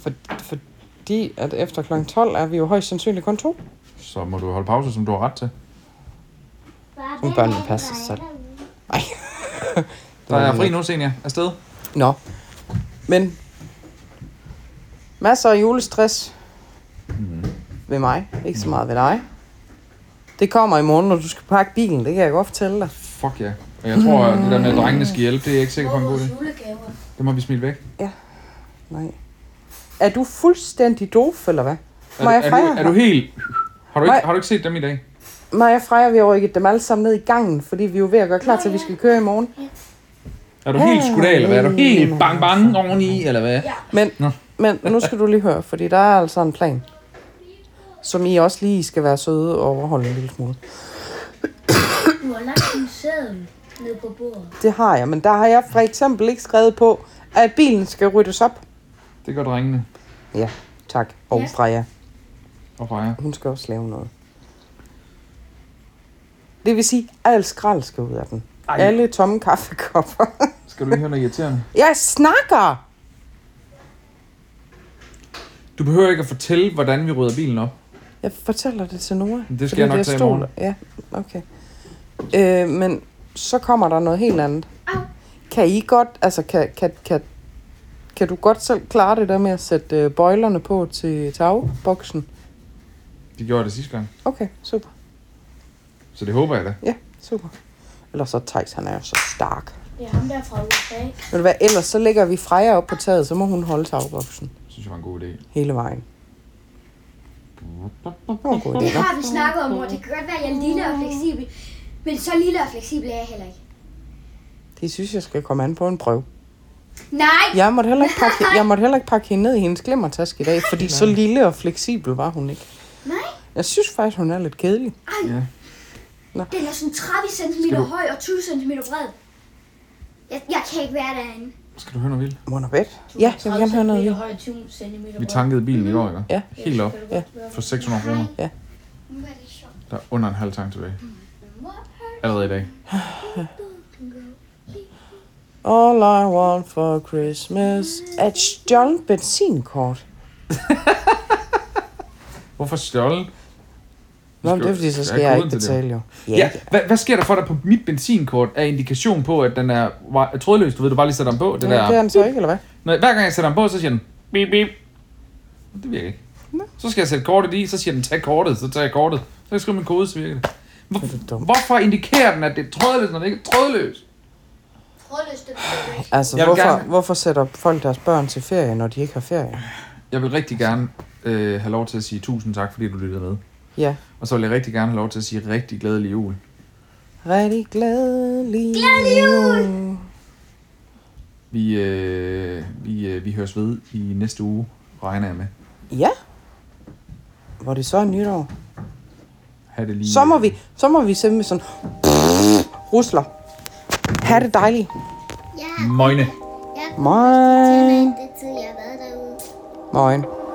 Speaker 2: For, fordi at efter kl. 12 er vi jo højst sandsynligt kun to.
Speaker 3: Så må du holde pause, som du har ret til.
Speaker 5: Som
Speaker 2: børnene passer sig selv. Nej.
Speaker 3: Der er fri nu, senior. Afsted.
Speaker 2: Nå. Men masser af julestress
Speaker 3: Mhm.
Speaker 2: mm. ved mig, ikke så meget ved dig. Det kommer i morgen, når du skal pakke bilen, det kan jeg godt fortælle dig.
Speaker 3: Fuck ja. Yeah. Og jeg tror, at det der med, at drengene skal hjælpe, det er jeg ikke sikker på en god idé.
Speaker 5: julegaver.
Speaker 3: Det må vi smide væk.
Speaker 2: Nej. Er du fuldstændig dof, eller hvad? Må
Speaker 3: er,
Speaker 2: jeg
Speaker 3: er,
Speaker 2: fejre?
Speaker 3: du, er du helt... Har du,
Speaker 2: Nej.
Speaker 3: ikke, har du ikke set dem i dag?
Speaker 2: Maja og Freja, vi har rykket dem alle sammen ned i gangen, fordi vi er jo ved at gøre klar til, at vi skal køre i morgen.
Speaker 3: Er du helt skudt af, eller hvad? Er du helt bang bang oveni, eller hvad?
Speaker 2: Men,
Speaker 3: Nå.
Speaker 2: men nu skal du lige høre, fordi der er altså en plan, som I også lige skal være søde og overholde en lille smule.
Speaker 5: Du har lagt en sædel ned på bordet.
Speaker 2: Det har jeg, men der har jeg for eksempel ikke skrevet på, at bilen skal ryddes op.
Speaker 3: Det gør drengene
Speaker 2: Ja, tak. Og
Speaker 5: Ja.
Speaker 2: Freja,
Speaker 3: og Freja.
Speaker 2: hun skal også lave noget. Det vil sige, at alt skrald skal ud af den. Ej. Alle tomme kaffekopper. [LAUGHS]
Speaker 3: Skal du lige høre noget irriterende?
Speaker 2: jeg snakker!
Speaker 3: Du behøver ikke at fortælle, hvordan vi rydder bilen op.
Speaker 2: Jeg fortæller det til Nora.
Speaker 3: Det skal
Speaker 2: fordi
Speaker 3: jeg nok tage i
Speaker 2: stoler-
Speaker 3: morgen.
Speaker 2: Ja, okay. Øh, men så kommer der noget helt andet.
Speaker 5: Au.
Speaker 2: Kan I godt, altså kan, kan, kan, kan du godt selv klare det der med at sætte øh, bøjlerne på til tagboksen?
Speaker 3: De gjorde det sidste gang,
Speaker 2: Okay, super.
Speaker 3: så det håber jeg da.
Speaker 2: Ja, super. Eller så Thijs, han er jo så stark.
Speaker 5: Det er ham der fra USA.
Speaker 2: Men hvad ellers, så lægger vi Freja op på taget, så må hun holde tagboksen
Speaker 3: Det synes jeg var en god idé.
Speaker 2: hele vejen. Det var en god idé,
Speaker 6: Det
Speaker 2: hva'?
Speaker 6: har vi snakket om, og det kan godt være, at jeg er lille og fleksibel. Men så lille og fleksibel er jeg heller ikke.
Speaker 2: Det synes jeg skal komme an på en prøve.
Speaker 6: Nej!
Speaker 2: Jeg måtte heller ikke pakke, jeg måtte heller ikke pakke hende ned i hendes glimmertaske i dag, fordi så lille og fleksibel var hun ikke.
Speaker 6: Nej!
Speaker 2: Jeg synes faktisk, hun er lidt kedelig.
Speaker 6: Ej!
Speaker 3: Ja.
Speaker 6: Den er sådan 30 cm
Speaker 3: Skal du-
Speaker 6: høj og 20 cm bred. Jeg, jeg kan ikke være derinde.
Speaker 3: Skal du høre noget vildt?
Speaker 2: Monabet? Ja, jeg vil gerne høre noget.
Speaker 5: Høj, 20 cm
Speaker 3: Vi tankede bilen i går, ikke?
Speaker 2: Ja.
Speaker 3: Helt op
Speaker 2: Ja.
Speaker 3: for 600 kroner.
Speaker 2: Ja.
Speaker 6: Nu er det sjovt.
Speaker 3: Der er under en halv tank tilbage. Allerede i dag.
Speaker 2: All I want for Christmas er et stjålet benzinkort.
Speaker 3: Hvorfor stjåle?
Speaker 2: Nå, men det er fordi, så skal jeg ikke betale jo.
Speaker 3: Ja, hvad, hvad sker der for dig på mit benzinkort af indikation på, at den er wi- er trådløs? Du ved, du bare lige sætter den på.
Speaker 2: Men
Speaker 3: Den
Speaker 2: det er
Speaker 3: der.
Speaker 2: den så ikke, eller hvad?
Speaker 3: Når, hver gang jeg sætter den på, så siger den bip bip. Det virker ikke. Så skal jeg sætte kortet i, så siger den tag kortet, så tager jeg kortet. Så kan jeg skrive min kode, så virker det. Hvor,
Speaker 2: Det er dumt.
Speaker 3: hvorfor indikerer den, at det er trådløst, når det ikke er trådløst?
Speaker 6: Prøvløs, det
Speaker 2: Altså,
Speaker 3: Jeg vil
Speaker 2: hvorfor,
Speaker 3: gerne-
Speaker 2: hvorfor sætter folk deres børn til ferie, når de ikke har ferie?
Speaker 3: Jeg vil rigtig gerne øh, have lov til at sige tusind tak, fordi du lyttede med.
Speaker 2: Ja.
Speaker 3: Og så vil jeg rigtig gerne have lov til at sige rigtig glædelig jul.
Speaker 2: Rigtig glædelig jul.
Speaker 3: Vi, øh, vi, øh, vi høres ved i næste uge, regner jeg med.
Speaker 2: Ja. Hvor det så er nytår.
Speaker 3: Ha' det lige.
Speaker 2: Så må vi, så må vi simpelthen sådan... Rusler. Ha' det dejligt.
Speaker 5: Ja,
Speaker 3: Møgne.
Speaker 5: jeg
Speaker 2: Moin.
Speaker 5: det tid, jeg har været derude.
Speaker 2: Moin.